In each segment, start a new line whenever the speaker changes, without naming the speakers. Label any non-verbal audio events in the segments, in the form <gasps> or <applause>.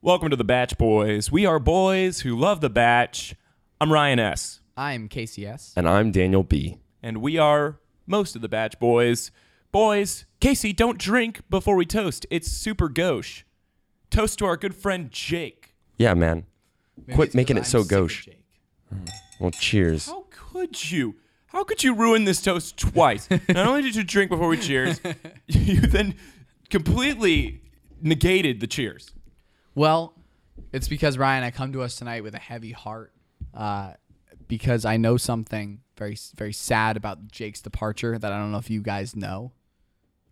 Welcome to the Batch Boys. We are boys who love the batch. I'm Ryan S.
I'm KCS.
And I'm Daniel B.
And we are most of the Batch Boys. Boys, Casey, don't drink before we toast. It's super gauche. Toast to our good friend Jake.
Yeah, man.
Maybe
Quit
it's 'cause
making it
I'm
so
sick of
gauche.
Jake.
Well, cheers.
How could you? How could you ruin this toast twice? Not only did you drink before we cheers, you then completely negated the cheers.
Well, it's because Ryan, I come to us tonight with a heavy heart, uh, because I know something very, very sad about Jake's departure that I don't know if you guys know.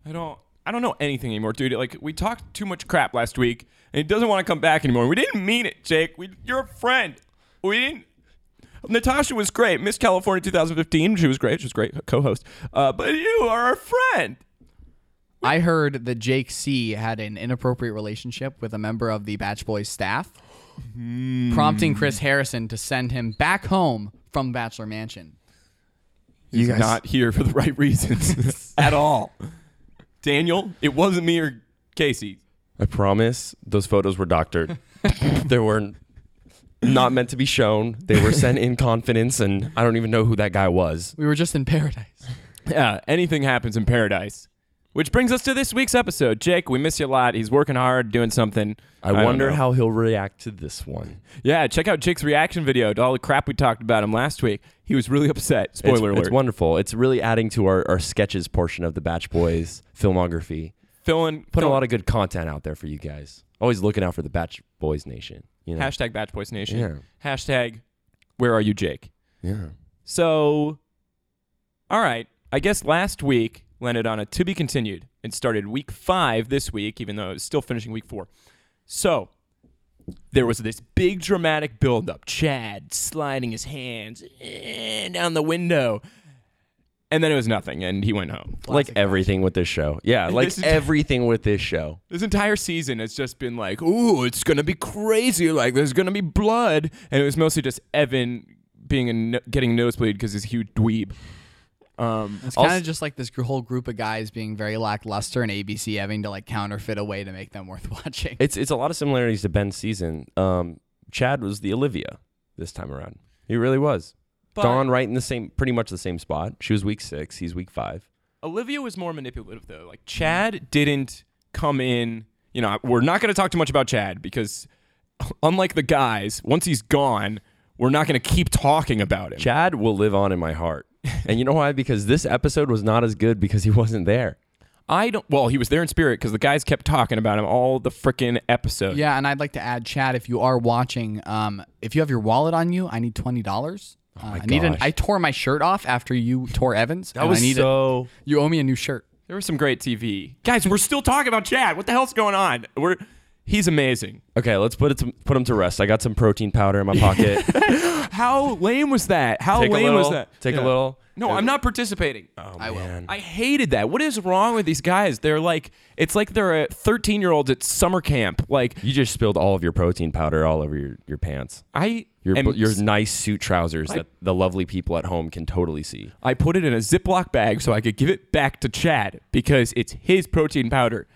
I don't. I don't know anything anymore, dude. Like we talked too much crap last week, and he doesn't want to come back anymore. We didn't mean it, Jake. We, you're a friend. We didn't. Natasha was great, Miss California 2015. She was great. She was a great co-host. Uh, but you are a friend.
I heard that Jake C had an inappropriate relationship with a member of the Batch Boys staff,
Hmm.
prompting Chris Harrison to send him back home from Bachelor Mansion.
He's
guys-
not here for the right reasons at all. Daniel, it wasn't me or Casey.
I promise those photos were doctored. <laughs> they were not meant to be shown. They were
<laughs>
sent in confidence, and I don't even know who that guy was.
We were just in <laughs> paradise.
Yeah, anything happens in paradise. Which brings us to this week's episode. Jake, we miss you a lot. He's working hard, doing something.
I,
don't
wonder
know.
how he'll react to this one.
Yeah, check out Jake's reaction video to all the crap we talked about him last week. He was really upset. Spoiler
it's,
alert.
It's wonderful. It's really adding to our, our sketches portion of the Batch Boys filmography.
filling,
Put a
filling-
lot of good content out there for you guys. Always looking out for the Batch Boys Nation. You know?
hashtag Batch Boys Nation.
Yeah.
Hashtag Where Are You, Jake?
Yeah.
So, all right. I guess last week landed on a to be continued and started week five this week, even though it was still finishing week four. So, there was this big dramatic buildup. Chad sliding his hands eh, down the window. And then it was nothing, and he went home.
Like everything with this show.
<laughs>
Yeah, like
This is-
everything with this show.
This entire season has just been like, ooh, it's gonna be crazy. Like, there's gonna be blood, and it was mostly just Evan being a no- getting nosebleed because he's a huge dweeb. Um,
It's kind of just like this gr- whole group of guys being very lackluster and ABC having to like counterfeit a way to make them worth <laughs> watching.
It's it's a lot of similarities to Ben's season. Um, Chad was the Olivia this time around. He really was.
But-
Dawn right in the same, pretty much the same spot. She was week six. He's week five.
Olivia was more manipulative though. Like Chad didn't come in. You know, we're not going to talk too much about Chad because, <laughs> unlike the guys, once he's gone, we're not going to keep talking about him.
Chad will live on in my heart.
<laughs>
and you know why? Because this episode was not as good because he <laughs> wasn't there.
I don't. Well, he was there in spirit because the guys kept talking about him all the freaking episode.
Yeah, and I'd like to add, Chad, if you are watching, um, if you have your wallet on you, I need twenty dollars. Uh, I need an,
gosh.
I tore my shirt off after you tore Evans.
That was
I need a-
so.
you owe me a new shirt.
There was some great TV. Guys, we're still talking about Chad. What the hell's going on? We're he's amazing.
Okay, let's put it to, put him to rest. I got some protein powder in
<laughs>
my pocket.
How lame was that? How
Take a
lame was
little,
that?
take a little.
No, I'm not participating.
Oh,
I will.
I hated that. What is wrong with these guys? They're like it's like they're a 13 year olds at summer camp. Like
You just spilled all of your protein powder all over your, your pants.
I
Your,
am-
your nice suit trousers
I-
that the lovely people at home can totally see.
I put it in a Ziploc bag so I could give it back to Chad because it's his protein powder.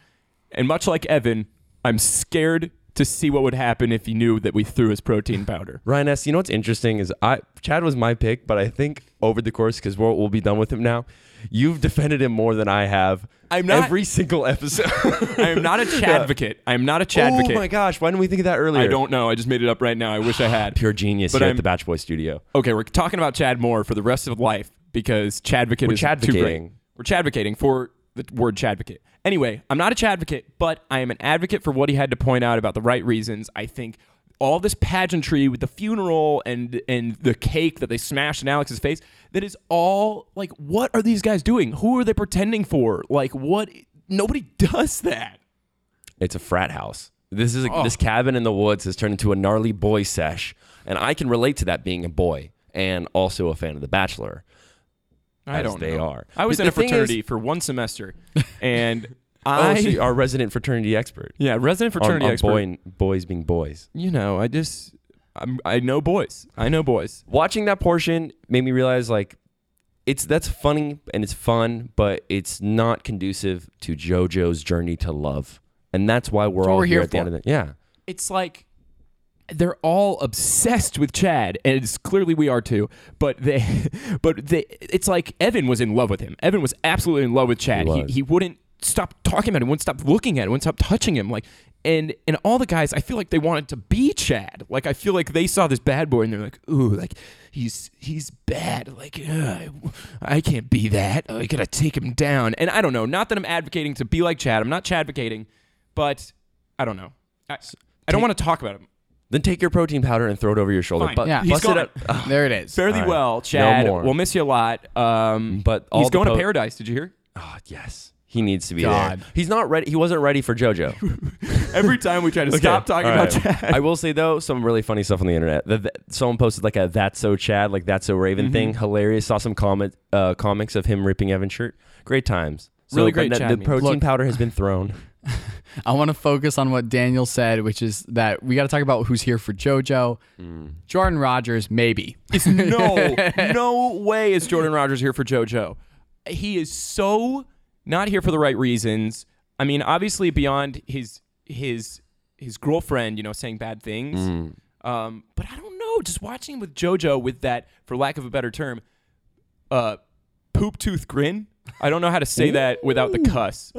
And much like Evan, I'm scared to see what would happen if he knew that we threw his protein powder.
Ryan S. You know what's interesting is I Chad was my pick, but I think over the course because we'll, we'll be done with him now. You've defended him more than I have.
I'm not-
every
<laughs>
single episode.
I am
<laughs>
not a Chadvocate. I am not a Chadvocate.
Oh my gosh, why didn't we think of that earlier?
I don't know. I just made it up right now. I wish I had.
<sighs> Pure genius
But
here
I'm-
at the Batch Boy Studio.
Okay, we're talking about Chad Moore for the rest of life because Chadvocate
We're
is too great.
Chadvocating.
We're Chadvocating for the word Chadvocate. Anyway, I'm not a Chadvocate, but I am an advocate for what he had to point out about the right reasons. I think all this pageantry with the funeral and and the cake that they smashed in Alex's face, that is all like what are these guys doing? Who are they pretending for? Like what nobody <laughs> does that.
It's a frat house. This is a,
Oh.
this cabin in the woods has turned into a gnarly boy sesh, and I can relate to that being a boy and also a fan of The Bachelor.
I
as
don't
they
know.
are.
I was
The-
in a
the thing is-
fraternity for one
<laughs>
semester, and
Oh,
I
so you- our resident fraternity expert.
yeah resident
On-
fraternity
on
expert.
boy- boys being boys.
You know, I just I'm, I know boys. I know boys.
watching that portion made me realize like it's that's funny and it's fun, but it's not conducive to JoJo's journey to love, and that's why we're
what
all
we're
here
here
at the end
for.
of it. Yeah,
it's like they're all obsessed with Chad, and it's clearly we are too. But they, <laughs> but they, it's like Evan was in love with him. Evan was absolutely in love with Chad.
He
He,
was.
he wouldn't stop talking about him, wouldn't stop looking at him, wouldn't stop touching him. Like, and and all the guys, I feel like they wanted to be Chad. Like, I feel like they saw this bad boy and they're like, ooh, like he's he's bad. Like, ugh, I can't be that. I gotta take him down. And I don't know. Not that I'm advocating to be like Chad. I'm not Chadvocating, but I don't know. I, I don't want to talk about him.
Then take your protein powder and throw it over your shoulder.
Fine.
But
Yeah.
He's
bust it
gone.
up. Ugh.
There it is.
Fare thee
All right.
well,
No
Chad.
more.
we'll miss you a lot. Um,
But all
he's
the
going
po-
to paradise. Did you
<laughs>
hear?
Ah, yes. He needs to be
God.
there. He's not ready. He wasn't ready for JoJo.
Every time we try to
Okay.
stop talking
All
about
right.
Chad.
I will say though, some really funny stuff on the internet. The, the- someone posted like a "That's so Chad," like "That's so Raven"
Mm-hmm.
thing. Hilarious. Saw some comment uh, comics of him ripping Evan's shirt. Great times. So,
Really
but
great
The,
Chad
the
memes.
protein
Look-
powder
<laughs>
has been thrown.
I want to focus on what Daniel said, which is that we got to talk about who's here for JoJo. Jordan Rogers, maybe.
It's no, no way is Jordan Rogers here for JoJo. He is so not here for the right reasons. I mean, obviously beyond his his his girlfriend, you know, saying bad things. Um, but I don't know. Just watching him with JoJo with that, for lack of a better term, uh, poop tooth grin. I don't know how to say that without the cuss.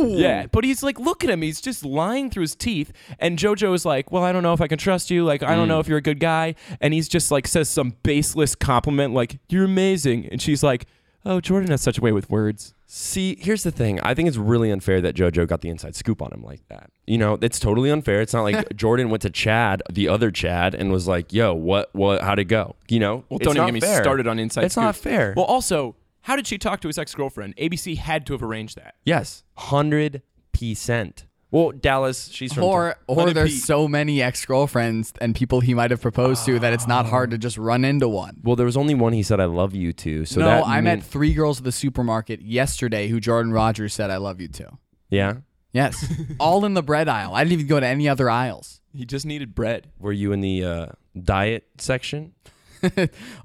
Yeah, but he's like, look at him. He's just lying through his teeth. And JoJo is like, well, I don't know if I can trust you. Like, I don't know if you're a good guy. And he's just like, says some baseless compliment, like, you're amazing. And she's like, oh, Jordan has such a way with words.
See, here's the thing. I think it's really unfair that JoJo got the inside scoop on him like that. You know, it's totally unfair. It's
<laughs>
not like Jordan went to Chad, the other Chad, and was like, "Yo, what, what, how'd it go?" You know,
Well,
It's
don't even
not
get me
fair.
started on inside.
It's not
Scoop.
fair.
Well, also, how did she talk to his ex girlfriend? ABC had to have arranged that.
yes, hundred percent. Well, Dallas, she's from
Or or
Let it
there's
be.
so many ex-girlfriends and people he might have proposed to that it's not hard to just run into one.
Well, there was only one he said I love you to. So
no,
that
I
mean-
met three girls at the supermarket yesterday who Jordan Rogers said I love you to.
Yeah.
<laughs>
Yes. All in the bread aisle. I didn't even go to any other aisles. <laughs>
He just needed bread.
Were you in the uh, diet section?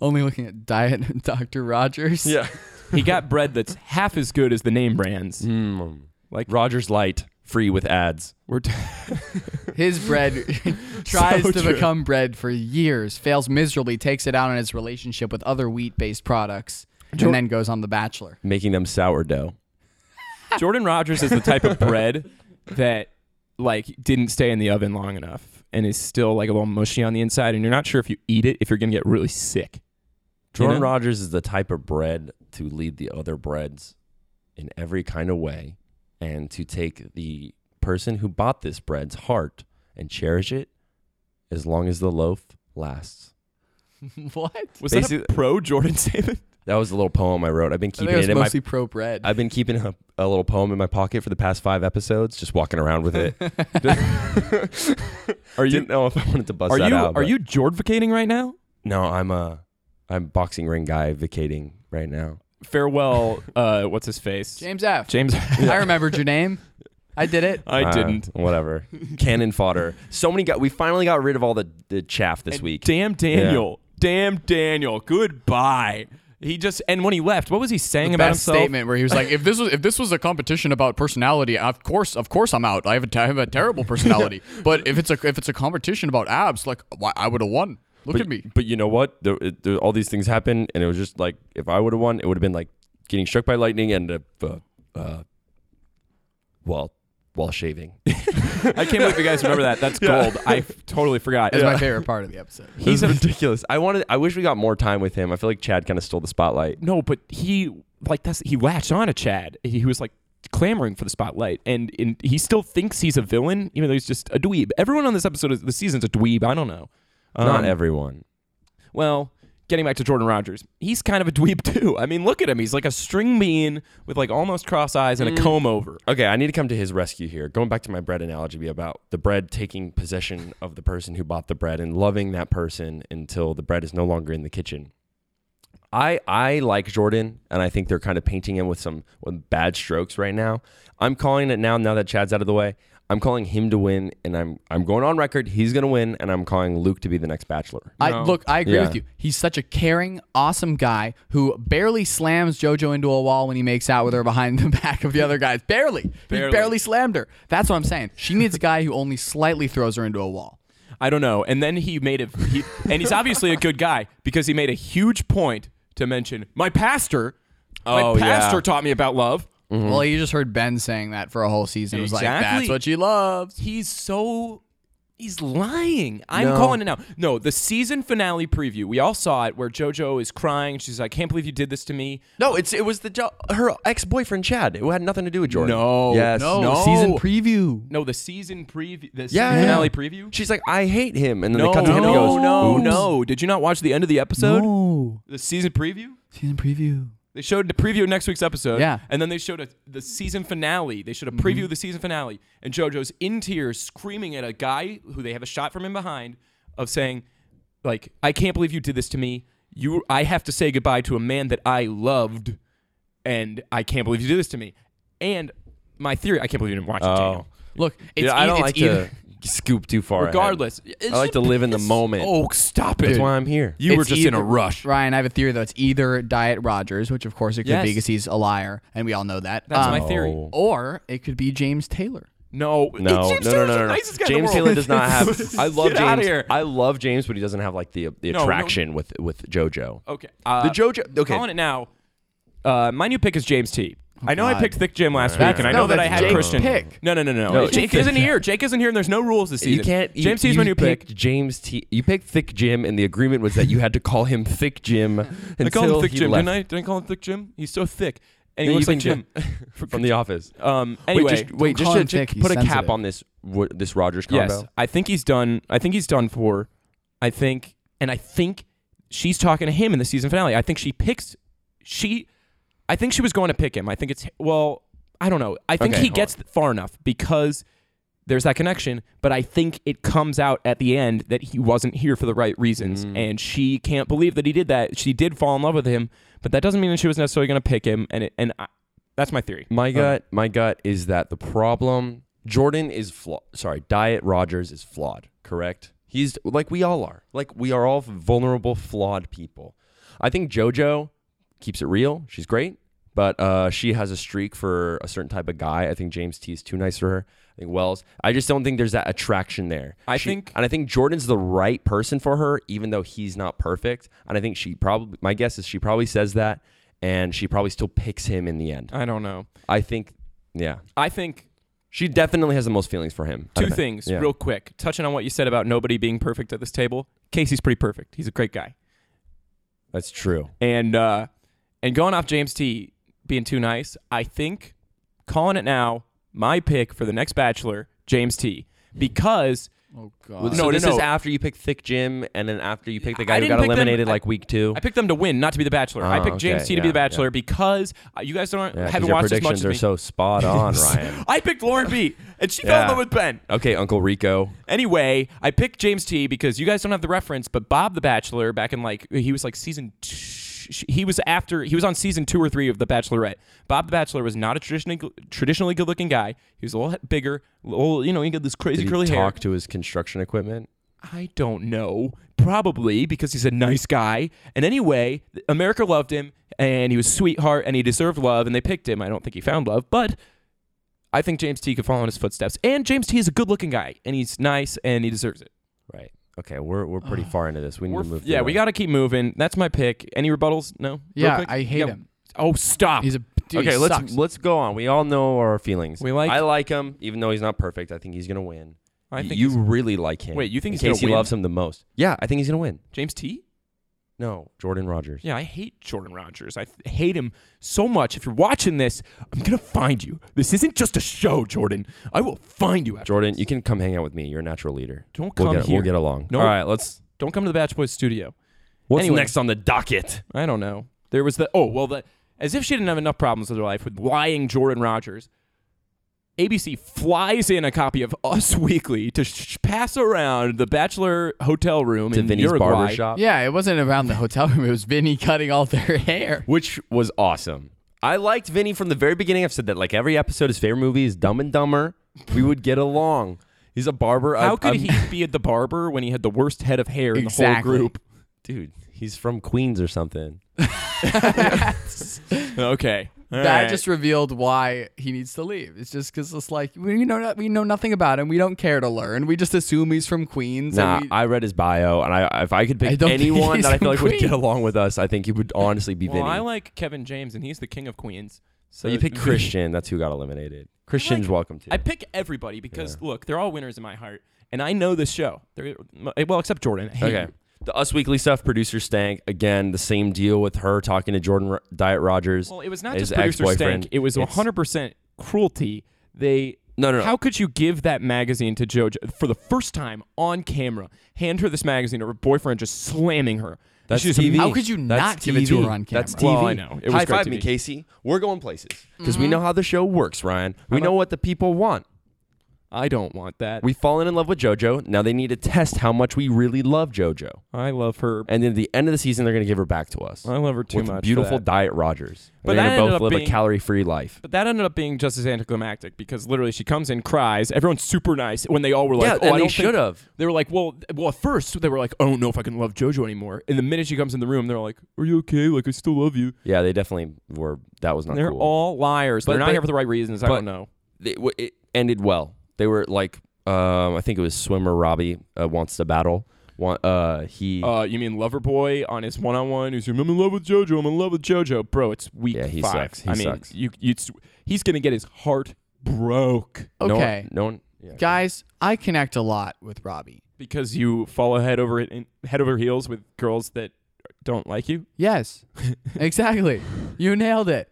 Only looking at diet <laughs> and Dr. Rogers.
He got bread that's half as good as the name brands.
Mm. Like Rogers Light, free with ads.
We're t-
His bread <laughs>
<laughs>
tries
So
to
true.
become bread for years, fails miserably, takes it out on his relationship with other wheat based products, and then goes on The Bachelor. <laughs>
Making them sourdough.
Jordan Rogers is the type of bread that like didn't stay in the oven long enough and is still like a little mushy on the inside and you're not sure if you eat it if you're gonna get really sick.
Jordan
You know?
Rogers is the type of bread to lead the other breads in every kind of way and to take the person who bought this bread's heart and cherish it as long as the loaf lasts.
what?
Was
Basically-
that a pro Jordan statement?
That was a little poem I wrote. I've been
I think
keeping
it
it
was
in my
mostly pro bread.
I've been keeping a, a little poem in my pocket for the past five episodes, just walking around with <laughs> it.
Are you
Didn't know if I wanted to bust
are
that
you
out.
are
but-
you jordvacating right now?
No, I'm a I'm boxing ring guy vacating right now.
Farewell, uh, what's his face?
James F.
<laughs>
James.
I remembered your name. I did it.
I
Uh,
didn't.
<laughs> Whatever. Cannon fodder. So many got. We finally got rid of all the the chaff this week.
Damn Daniel. Damn Daniel. Goodbye. He just and when he left, what was he saying about
Best
himself?
statement where he was like, "If this was if this was a competition about personality, of course, of course, I'm out. I have a, I have a terrible personality. but if it's a if it's a competition about abs, like why, I would have won. Look
but,
at me.
But you know what? There, it, there, all these things happened, and it was just like if I would have won, it would have been like getting struck by lightning and uh, uh, uh, while while shaving.
I can't believe you guys remember that.
<laughs>
That's gold. I f- totally forgot.
That's my favorite part of the episode.
He's
He's
a
ridiculous. I wanted. I wish we got more time with him. I feel like Chad kind of stole the spotlight.
No, but he like that's he latched on to Chad. He, he was like clamoring for the spotlight, and in, he still thinks he's a villain, even though he's just a dweeb. Everyone on this episode of the season's a dweeb. I don't know.
Not
Um,
everyone.
Well, getting back to Jordan Rogers, he's kind of a dweeb <laughs> too. I mean, look at him. He's like a string bean with like almost cross eyes and a
Mm.
comb over.
Okay, I need to come to his rescue here. Going back to my bread analogy about the bread taking possession of the person who bought the bread and loving that person until the bread is no longer in the kitchen. I I like Jordan, and I think they're kind of painting him with some with bad strokes right now. I'm calling it now. Now that Chad's out of the way, I'm calling him to win, and I'm I'm going on record. He's gonna win, and I'm calling Luke to be the next Bachelor.
<laughs> I
No.
look, I agree
Yeah.
with you. He's such a caring, awesome guy who barely slams JoJo into a wall when he makes out with her behind the back of the other guys. Barely.
Barely.
He barely slammed her. That's what I'm saying. She needs a guy who only slightly throws her into a wall.
I don't know. And then he made a, he, and he's obviously a good guy because he made a huge point to mention my pastor.
Oh,
my
yeah.
pastor taught me about love.
Well, you just heard Ben saying that for a whole season. It was like,
Exactly.
that's what she loves.
He's so, he's lying. I'm
No.
calling it now. No, the season finale preview. We all saw it where JoJo is crying. She's like, I can't believe you did this to me.
No, it's it was the jo- her ex boyfriend Chad. It had nothing to do with Jordan.
No,
yes,
no, No.
Season preview.
No, the season preview, the season
Yeah, yeah.
finale preview.
She's like, I hate him, and then
No,
they cut to
no,
him. and he goes,
no,
"Oops."
no. Did you not watch the end of the episode?
No.
The season preview?
Season preview.
They showed the preview of next week's episode.
Yeah. Mm-hmm.
And then they showed a, the season finale. They showed a preview of the season finale. And JoJo's in tears screaming at a guy who they have a shot from in behind of saying, like, I can't believe you did this to me. You I have to say goodbye to a man that I loved and I can't believe you did this to me. And my theory, I can't believe you didn't watch
Oh.
it, Daniel.
Look, it's,
Yeah, I
e-
don't
it's
like
either.
to scoop too far. ahead.
Regardless,
I like to live in the moment.
Oh, stop it.
That's why I'm here.
you were
It's
just in a
either-
rush.
Ryan, I have a theory though. It's either Diet Rogers, which of course it could
Yes.
be because he's a liar, and we all know that.
That's
Um,
my theory.
Oh.
Or it could be James Taylor.
No,
No,
James
no, no,
Taylor's
no,
the
no, no.
nicest guy in the
James
world.
Taylor does
<laughs>
not have. I love
Get outta
James.
here.
I love James, but he doesn't have like the the
no.
attraction with with JoJo.
Okay. Uh,
The JoJo. Okay. Oh
Calling it now. Uh, my new pick is James T. I know I
God.
picked Thick Jim last
That's-
week, and I know
no,
that I
that's
had
Jake's
Christian.
pick.
No, no, no, no.
No,
Jake
Jake's
isn't here. Jake isn't here, and there's no rurules this season.
You can't. You,
James T is
you
my new pick.
picked James T. You picked Thick Jim, and the agreement was that you had to call him Thick Jim until
I called him Thick
he
Jim,
left
didn't I? Didn't I call him Thick Jim? He's so thick, and
Yeah,
he
you
looks like Jim.
can
<laughs>
from The Office.
Um. Anyway,
wait, just, wait, just
call
to,
him
just
thick, he's
put a cap
sensitive.
on this wo- this Rogers combo.
yes, I think he's done. I think he's done for. I think, and I think she's talking to him in the season finale. I think she picks. She, I think she was going to pick him. I think it's well. I don't know. I think
Okay,
he
hold
gets far enough because there's that connection, but I think it comes out at the end that he wasn't here for the right reasons.
Mm.
And she can't believe that he did that. She did fall in love with him, but that doesn't mean that she was necessarily going to pick him. And it, and I, that's my theory.
My gut, my gut is that the problem. Jordan is flawed. Sorry, Diet Rogers is flawed. Correct. He's like we all are. Like we are all vulnerable, flawed people. I think JoJo keeps it real. She's great, but uh, she has a streak for a certain type of guy. I think James T is too nice for her. I think Wells. I just don't think there's that attraction there.
I
She-
think-
and I think Jordan's the right person for her, even though he's not perfect. And I think she probably. My guess is she probably says that, and she probably still picks him in the end.
I don't know.
I think, yeah,
I think
she definitely has the most feelings for him.
Two things,
Yeah.
real quick, touching on what you said about nobody being perfect at this table. Casey's pretty perfect. He's a great guy,
That's true.
and uh, and going off James T being too nice, I think calling it now. My pick for the next Bachelor, James T, because
Oh
No,
god.
no,
so this
no.
is after you pick Thick Jim, and then after you pick the
I
guy who
didn't
got
pick them.
eliminated
I-
like week two.
I picked them to win, not to be the Bachelor. I
Oh,
picked James
okay,
T to be
yeah,
the Bachelor because uh, you guys don't
Yeah, 'cause
haven't
your
watched as
predictions
much as
are
me. <laughs>
so spot on, Ryan.
I picked Lauren B, and she fell in
Yeah.
love with Ben.
Okay, Uncle Rico.
Anyway, I picked James T because you guys don't have the reference, but Bob the Bachelor back in like he was like season two, he was after he was on season 2 or 3 of The Bachelorette. Bob the Bachelor was not a traditionally traditionally good-looking guy. He was a little bigger, little, you know, he got this crazy
Did he
curly
talk
hair.
to his construction equipment?
I don't know. Probably because he's a nice guy. And anyway, America loved him and he was a sweetheart and he deserved love and they picked him. I don't think he found love, but I think James T could follow in his footsteps. And James T is a good looking guy and he's nice and he deserves it.
Right. Okay, we're we're pretty far into this. We need
We're
to
f-
move.
yeah,
through
we
it.
got to keep moving. That's my pick. Any rebuttals? No? Real
Yeah,
quick?
I hate
Yeah.
him.
Oh, stop.
He's a dude, he
okay, let's
sucks.
let's go on. We all know our feelings.
We like-
I like him, even though he's not perfect. I think he's gonna win.
I think
you
he's-
really like him.
Wait, you think
in
he's gonna
case he
win?
loves him the most? Yeah, I think he's gonna win.
James T?
No, Jordan Rogers.
Yeah, I hate Jordan Rogers. I th- hate him so much. If you're watching this, I'm going to find you. This isn't just a show, Jordan. I will find you. After
Jordan,
this.
you can come hang out with me. You're a natural leader.
Don't
we'll
come
get,
here.
We'll get along.
No.
All right, let's.
Don't come to the Batch Boys studio.
What's
Anyway.
next on the docket?
I don't know. There was the oh well the as if she didn't have enough problems with her life with lying Jordan Rogers. ABC flies in a copy of Us Weekly to sh- pass around the Bachelor hotel room
To
in
Vinny's
Uruguay.
barbershop,
Yeah, it wasn't around the hotel room. It was Vinny cutting all their <laughs> hair.
which was awesome. I liked Vinny from the very beginning. I've said that like every episode. His favorite movie is Dumb and Dumber. We would get along. He's a barber.
How
I,
could
I'm-
he be at the barber when he had the worst head of hair in
Exactly.
the whole group?
Dude, he's from Queens or something.
Okay. All
that
right.
just revealed why he needs to leave. It's just because it's like we know no- we know nothing about him. We don't care to learn. We just assume he's from Queens.
Nah,
and we,
I read his bio, and I if I could
I
pick
don't think
anyone
he's
that I
from
feel like would get
Queens.
along with us, I think he would honestly be
well,
Vinny.
I like Kevin James, and he's the king of Queens.
so you pick Christian. That's who got eliminated. Christian's welcome to.
I pick everybody because look, they're all winners in my heart, and I know this show. They're, eh, well, except Jordan. I hate
okay.
him.
The Us Weekly stuff, producer Stank. Again, the same deal with her talking to Jordan R- Diet Rogers.
Well, it was not
his
just producer
ex-boyfriend.
stank. It was
It's-
100% cruelty. They
No, no, no.
How could you give that magazine to JoJo for the first time on camera? Hand her this magazine, her boyfriend just slamming her.
That's
She's
TV.
How could you
That's
not give it to
TV.
her on
That's TV.
camera?
Well, I know. It was
High
great Mm-hmm.
five me,
TV.
Casey. We're going places because we know how the show works, Ryan. We know what the people want.
I don't want that.
We've fallen in love with JoJo. Now they need to test how much we really love JoJo.
I love her.
And then at the end of the season, they're going to give her back to us.
I love her too
with
much. for
beautiful
that.
Diet Rogers. And
But
they're
that
going to
ended
both
up
live a
being-
calorie free life.
But that ended up being just as anticlimactic because literally she comes in, cries. Everyone's super nice when they all were like,
Yeah,
"Oh,
and
I
they
don't think-
should have.
They were like, "Well, well." At first, they were like, "I don't know if I can love JoJo anymore." And the minute she comes in the room, they're like, "Are you okay? Like, I still love you."
Yeah, they definitely were. That was not
They're
cool.
all liars.
But-
they're not
but-
here for the right reasons. I
but-
don't know.
They- w- it ended well. They were like, um, I think it was swimmer Robbie uh, wants to battle. Want, uh, he
Uh, you mean Loverboy on his one-on-one? He's like, I'm in love with JoJo. I'm in love with JoJo, bro. It's week
Yeah, he
five.
sucks. He
I mean,
sucks.
you, you, it's- he's gonna get his heart broke
no one-
okay,
no one. yeah.
guys, I connect a lot with Robbie.
because you follow head over in, head over heels with girls that don't like you.
Yes, exactly. You nailed it.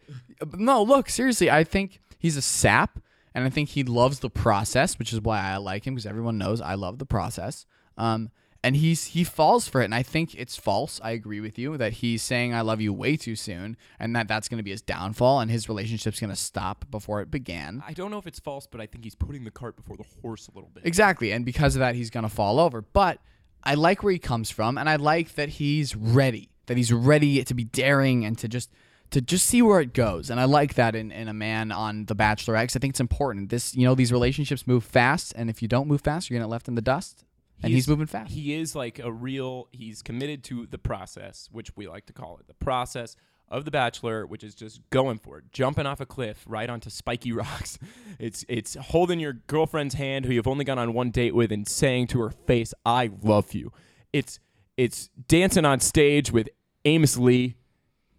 No, look, seriously, I think he's a sap, and I think he loves the process, which is why I like him because everyone knows I love the process. Um, and he's he falls for it, and I think it's false. I agree with you that he's saying I love you way too soon, and that that's going to be his downfall, and his relationship's going to stop before it began.
I don't know if it's false, but I think he's putting the cart before the horse a little bit.
Exactly, and because of that, he's gonna fall over. But I like where he comes from, and I like that he's ready. That he's ready to be daring and to just to just see where it goes. And I like that in, in a man on The Bachelor X. I think it's important. This you know these relationships move fast, and if you don't move fast, you're gonna get left in the dust. And he's, moving fast.
He is like a real. He's committed to the process, which we like to call it, the process of the Bachelor, which is just going for it, jumping off a cliff right onto spiky <laughs> rocks. It's it's holding your girlfriend's hand, who you've only gone on one date with, and saying to her face, "I love you." It's it's dancing on stage with Amos Lee,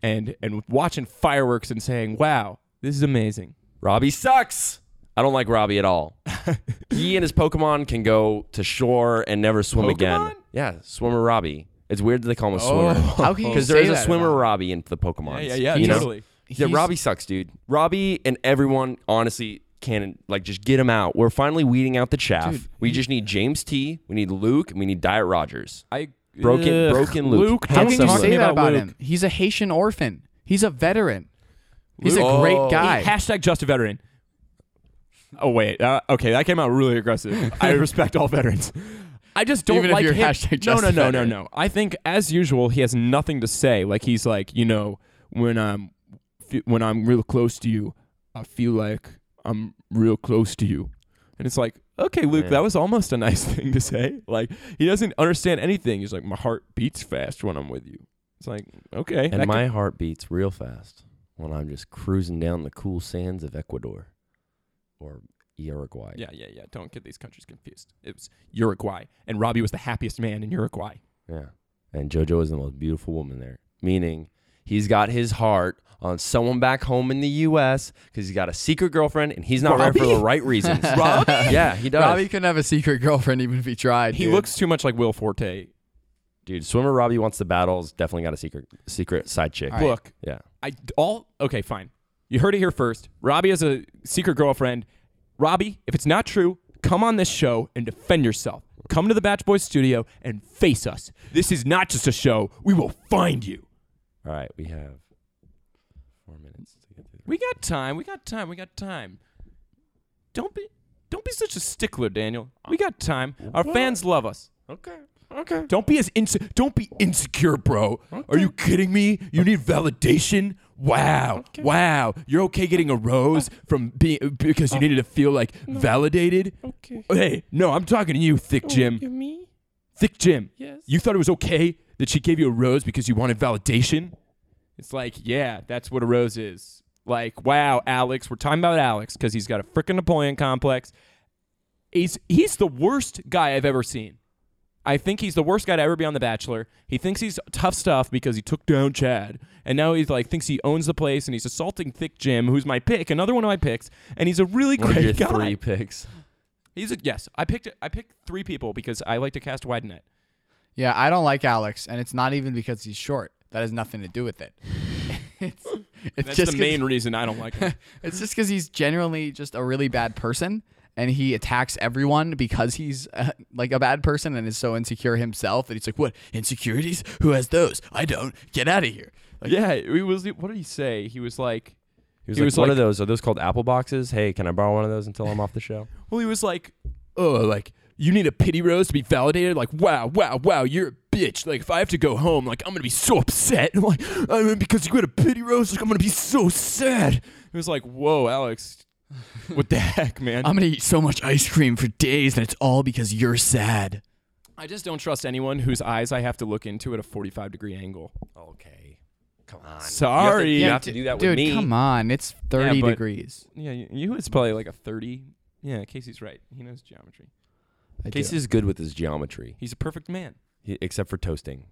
and and watching fireworks and saying, "Wow, this is amazing."
Robbie sucks. I don't like Robbie
<laughs>
at all. he and his Pokemon can go to shore and never swim again.
Pokemon?
Yeah, swimmer Robbie. It's weird that they call him a swimmer.
Oh. How
<laughs>
can you
Because there
say
is a
that
swimmer
about him?
Robbie in the Pokemon.
Yeah, yeah, yeah,
you know?
totally.
Yeah,
He's-
Robbie sucks, dude. Robbie and everyone honestly can like just get him out. We're finally weeding out the chaff.
Dude,
we just need James T. We need Luke. and We need Diet Rogers.
I
Broken- broken Luke.
How can
handsome
you
Luke.
say that
about
about
Luke.
him? He's a Haitian orphan. He's a veteran. He's
Luke-
a
Oh.
great
He-
guy.
Hashtag just a veteran. Oh wait, uh, okay, that came out really aggressive. <laughs> I respect all veterans. I just don't
Even if
like
you're
him.
hashtag
no,
just
no,
a
no, no,
veteran. <laughs>
no. I think as usual, he has nothing to say. Like he's like, you know, when I'm fe- when I'm real close to you, I feel like I'm real close to you, and it's like, okay, Luke,
Yeah.
that was almost a nice <laughs> thing to say. Like he doesn't understand anything. He's like, my heart beats fast when I'm with you. It's like, okay,
And
that
my heart beats real fast when I'm just cruising down the cool sands of Ecuador or Uruguay.
Yeah, yeah, yeah. Don't get these countries confused. It was Uruguay, and Robbie was the happiest man in Uruguay.
Yeah. And JoJo is the most beautiful woman there. Meaning he's got his heart on someone back home in the US because he's got a secret girlfriend and he's not right for the right
<laughs>
reasons. Robbie? Yeah, he does.
Robbie couldn't have a secret girlfriend even if he tried.
He
dude.
looks too much like Will Forte.
Dude, swimmer Robbie wants the battles. Definitely got a secret secret side chick.
All right.
Look,
Yeah.
I d- all okay, fine. You heard it here first. Robbie has a secret girlfriend. Robbie, if it's not true, come on this show and defend yourself. Come to the Batch Boys studio and face us. This is not just a show. We will find you.
All right, we have four minutes to get through.
We got time. We got time. We got time. Don't be don't be such a stickler, Daniel. We got time. Our fans love us.
Okay. Okay.
Don't be as inse- don't be insecure, bro. Are you kidding me? You need validation? Wow, wow, you're okay getting a rose
Oh.
from being because you needed to feel like validated.
Okay. Oh,
Hey, no, I'm talking to you, Thick Jim.
You me?
Thick Jim.
Yes.
You thought it was okay that she gave you a rose because you wanted validation? It's like, yeah, that's what a rose is. Like, wow, Alex, we're talking about Alex because he's got a freaking Napoleon complex. He's he's the worst guy I've ever seen. I think he's the worst guy to ever be on The Bachelor. He thinks he's tough stuff because he took down Chad, and now he's like thinks he owns the place, and he's assaulting Thick Jim, who's my pick, another one of my picks, and he's a really
One
<laughs>
of
great
your
guy.
three picks.
He's a yes. I picked I picked three people because I like to cast a wide net.
Yeah, I don't like Alex, and it's not even because he's short. That has nothing to do with it. <laughs> it's it's
That's
just
the
'cause-
main reason I don't like him.
It's just because he's generally just a really bad person, and he attacks everyone because he's uh, like a bad person and is so insecure himself that he's like, "What insecurities? Who has those? I don't. Get out of here."
<laughs>
Like,
yeah, he was. What did he say? He was like,
He was,
He
like,
was
"What
like-
are those? Are those called apple boxes? Hey, can I borrow one of those until I'm off the show?"
well, he was like, oh, like you need a pity rose to be validated. Like, wow, wow, wow, you're a bitch. Like, if I have to go home, like I'm gonna be so upset. <laughs> like, I mean, because you got a pity rose, like I'm gonna be so sad. It was like, whoa, Alex, <laughs> Um, what the heck, man?
I'm gonna eat so much ice cream for days, and it's all because you're sad.
I just don't trust anyone whose eyes I have to look into at a 45 degree angle.
<laughs> okay, come on.
Sorry.
you
Yeah,
have to do that
Dude,
with me.
come on. It's 30
but-
degrees.
Yeah, you, you it's probably like a 30. Yeah, Casey's right. He knows geometry.
I do.
Casey's good with his geometry,
He's a perfect man.
he, except for toasting.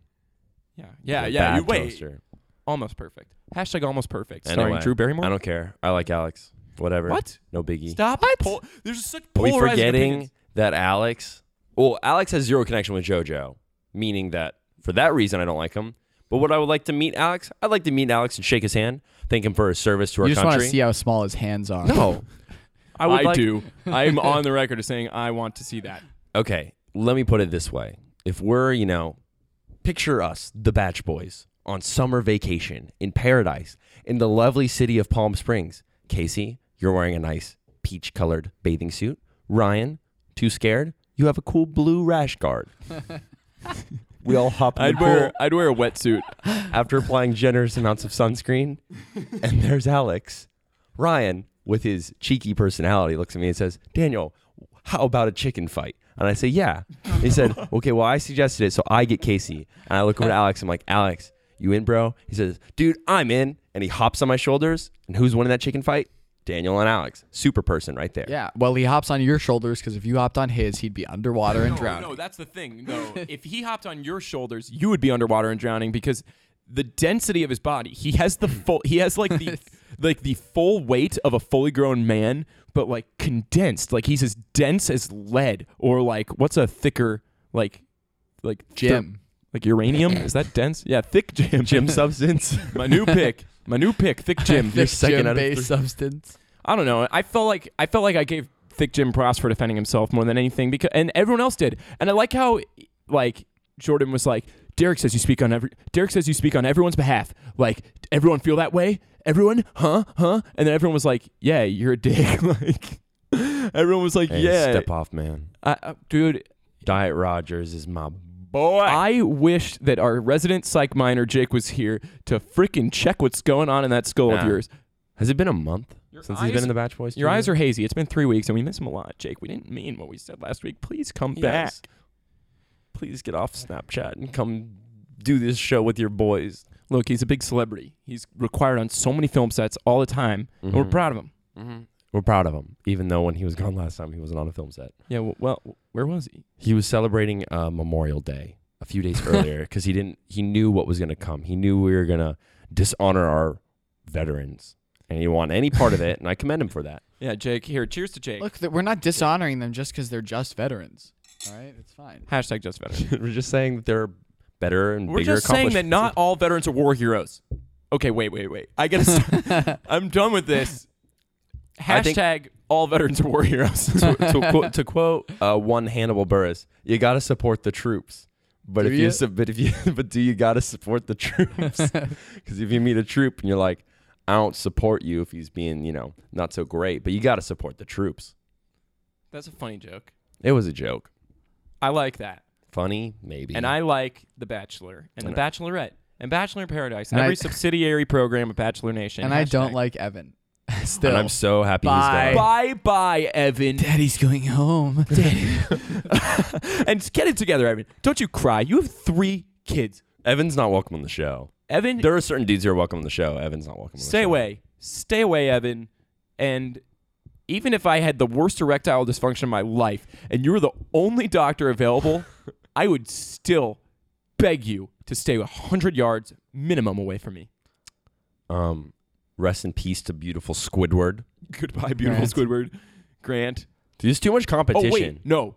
Yeah, yeah,
He's a
yeah.
bad
You, wait,
toaster.
almost perfect. Hashtag almost perfect.
Anyway,
Starring Drew Barrymore.
I don't care. I like Alex. Whatever.
What?
No biggie.
Stop it. Pol- There's such
Are we
polarizing
forgetting
opinions.
that Alex? Well, Alex has zero connection with JoJo, meaning that for that reason I don't like him. But what I would like to meet Alex, I'd like to meet Alex and shake his hand, thank him for his service to our
you just want
country.
to see how small his hands are. <laughs>
no, I
I,
would like-
<laughs> do. I'm on the record as saying I want to see that.
Okay, let me put it this way: if we're, you know, picture us, the Batch Boys, on summer vacation in paradise in the lovely city of Palm Springs. Casey, you're wearing a nice peach-colored bathing suit. Ryan, too scared? You have a cool blue rash guard. we all hop in the
I'd
pool.
wear I'd wear a <laughs> wetsuit.
after applying generous amounts of sunscreen. And there's Alex. Ryan, with his cheeky personality, looks at me and says, Daniel, how about a chicken fight? And I say, Yeah. And he said, Okay, well, I suggested it, so I get Casey. And I look over at Alex. I'm like, Alex, you in, bro? He says, Dude, I'm in. And he hops on my shoulders. And who's winning that chicken fight? Daniel and Alex. Super person right there.
Yeah. Well, he hops on your shoulders because if you hopped on his, he'd be underwater and
No,
drowned.
no, that's the thing. <laughs> No, if he hopped on your shoulders, you would be underwater and drowning because the density of his body. He has <laughs> the full. He has like <laughs> the like the full weight of a fully grown man, but like condensed. Like he's as dense as lead, or like what's a thicker like like thir-
Jim.
like uranium? Is that <laughs> dense? Yeah, thick Jim. <laughs>
Gym substance.
My new pick. My new pick, <laughs> thick
<laughs>
Jim.
Your second out of three.
based substance.
I don't know. I felt like I felt like I gave Thick Jim props for defending himself more than anything because and everyone else did. And I like how like Jordan was like Derek says you speak on every Derek says you speak on everyone's behalf. Like everyone feel that way? Everyone? Huh? Huh? And then everyone was like, "Yeah, you're a dick." <laughs> like everyone was like,
Hey,
"Yeah."
Step off, man.
I, I- dude,
Diet Rogers is my boy.
I wish that our resident psych minor Jake was here to freaking check what's going on in that skull of
Nah.
yours.
Has it been a month
Your
since
eyes-
he's been in the Batch Boys?
Your
studio?
eyes are hazy. It's been three weeks, and we miss him a lot, Jake. We didn't mean what we said last week. Please come
Yes.
back.
please get off Snapchat and come do this show with your boys.
Look, he's a big celebrity. He's required on so many film sets all the time, and we're
Mhm.
proud of him.
We're proud of him, even though when he was gone last time, he wasn't on a film set.
Yeah. Well, well where was he?
He was celebrating uh, Memorial Day a few <laughs> days earlier because he didn't. He knew what was going to come. He knew we were going to dishonor our veterans, and he didn't want any part of it. And I commend him for that.
Yeah, Jake. Here, cheers to Jake.
Look, that we're not dishonoring them just because they're just veterans. All right, it's fine.
Hashtag just veteran.
<laughs> we're just saying that they're better and
we're
bigger.
just saying that
accomplishments.
not all veterans are war heroes. Okay, wait, wait, wait. I gotta. Start. I'm done with this.
I think-
Hashtag all veterans are war heroes.
to, <laughs> to, quote, to quote uh, one Hannibal Burris, you got to support the troops. But
Do
if you,
ya?
su- but if you <laughs> but do you got to support the <laughs> troops? Because if you meet a troop and you're like, I don't support you if he's being you know not so great, but you got to support the troops.
That's a funny joke.
It was a joke,
I like that,
funny maybe,
and I like The Bachelor and The
And
Bachelorette. and Bachelor in Paradise,
And I-
every subsidiary program of Bachelor Nation.
And I don't
Hashtag.
like Evan. <laughs> Still.
And I'm so happy
Bye.
he's gone.
Bye bye, Evan.
<laughs> Daddy's
<laughs>
going home.
and just get it together, Evan. Don't you cry. You have three kids.
Evan's not welcome on the show.
Evan,
There are certain dudes who are welcome on the show. Evan's not welcome on the
stay
show.
away. Stay away, Evan. And even if I had the worst erectile dysfunction of my life and you were the only doctor
<laughs>
available, I would still beg you to stay 100 yards minimum away from me.
Um, rest in peace to beautiful Squidward.
Goodbye, beautiful
Grant.
Squidward. Grant.
There's too much
Oh,
competition.
wait. No.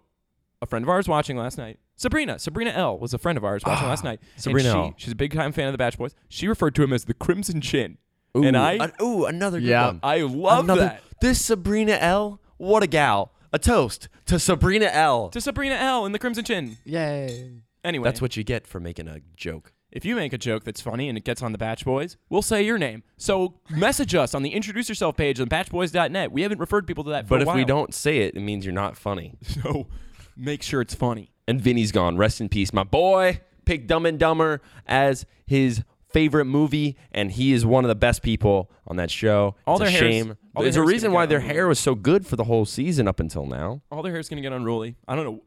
A friend of ours watching last night. Sabrina. Sabrina L. was a friend of ours watching
Ah,
last night. And
Sabrina
she-
L.
She's a big time fan of the Batch Boys. She referred to him as the Crimson Chin. and I,
an- ooh, another good
Yeah.
one.
I love
Another-
that.
This Sabrina L. What a gal. A toast to Sabrina L.
To Sabrina L. and the Crimson Chin.
Yay.
Anyway,
That's what you get for making a joke.
if you make a joke that's funny and it gets on the Batch Boys, we'll say your name. So message us on the introduce yourself page on batchboys.net. We haven't referred people to that for a
But if we
while.
don't say it, it means you're not funny.
<laughs> So make sure it's funny.
And Vinny's gone. Rest in peace, my boy. Pick Dumb and Dumber as his favorite movie, and he is one of the best people on that show.
All
it's
their
a
hair's-
shame.
all their
There's a
hair's
reason
gonna
why
go.
their hair was so good for the whole season up until now.
All their hair's going to get unruly. I don't know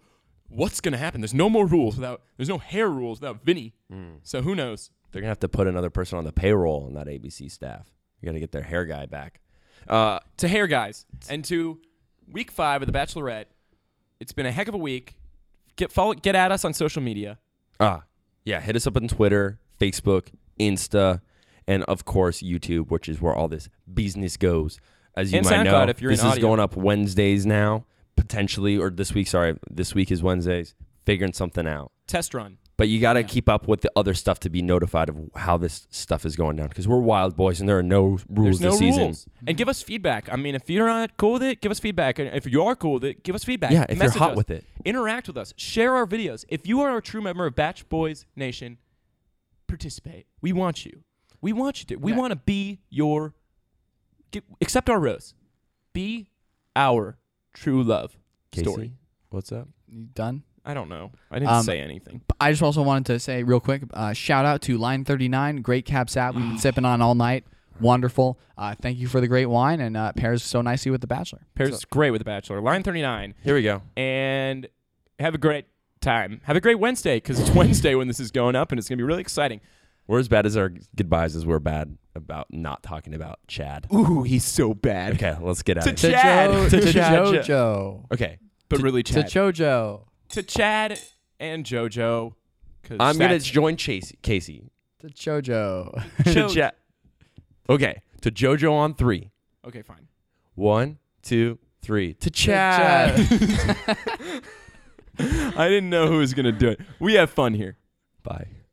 what's going to happen. There's no more rules without, there's no hair rules without Vinny.
Hmm.
So who knows?
They're gonna have to put another person on the payroll on that ABC staff. You gotta get their hair guy back. Uh,
to hair guys and to week five of the Bachelorette. It's been a heck of a week. Get follow, get at us on social media.
Ah, yeah. Hit us up on Twitter, Facebook, Insta, and of course YouTube, which is where all this business goes. As you
And
might
SoundCloud
know,
if you're in
this is
audio.
going up Wednesdays now, potentially, or this week. Sorry, this week is Wednesdays. Figuring something out,
Test run.
but you got to
Yeah.
keep up with the other stuff to be notified of how this stuff is going down because we're wild boys and there are no rules
There's no
this season.
rules. And give us feedback. I mean, if you're not cool with it, give us feedback. And if you are cool with it, give us feedback.
Yeah, if you're
Message
hot
us.
with it.
interact with us. Share our videos. If you are a true member of Batch Boys Nation, participate. We want you. We want you to. We
Yeah.
want to be your. Get, accept our rose. Be our true love
Casey,
story.
what's up?
You done?
I don't know. I didn't
Um,
say anything.
But I just also wanted to say real quick, uh, shout out to Line 39, great cab sat
<gasps>
we've been sipping on all night. Wonderful. Uh, thank you for the great wine and uh, it pairs so nicely with The Bachelor.
Pairs great with The Bachelor. Line 39.
Here we go.
And have a great time. Have a great Wednesday because it's <laughs> Wednesday when this is going up and it's going to be really exciting.
We're as bad as our goodbyes as we're bad about not talking about Chad.
Ooh, he's so bad.
Okay, let's get out.
To
of
To
here.
Chad.
Jo-
To
to
Chad.
Jojo.
Okay.
But really,
To
Chad. To,
Jojo.
Chad and JoJo. 'cause
I'm gonna
<laughs> that's-
join Chase Casey.
To Jojo.
Jo-
to Ja- Okay, to JoJo on three.
Okay, fine.
One, two, three.
<laughs>
To Chad.
<laughs> I didn't know who was going to do it. We have fun here.
Bye.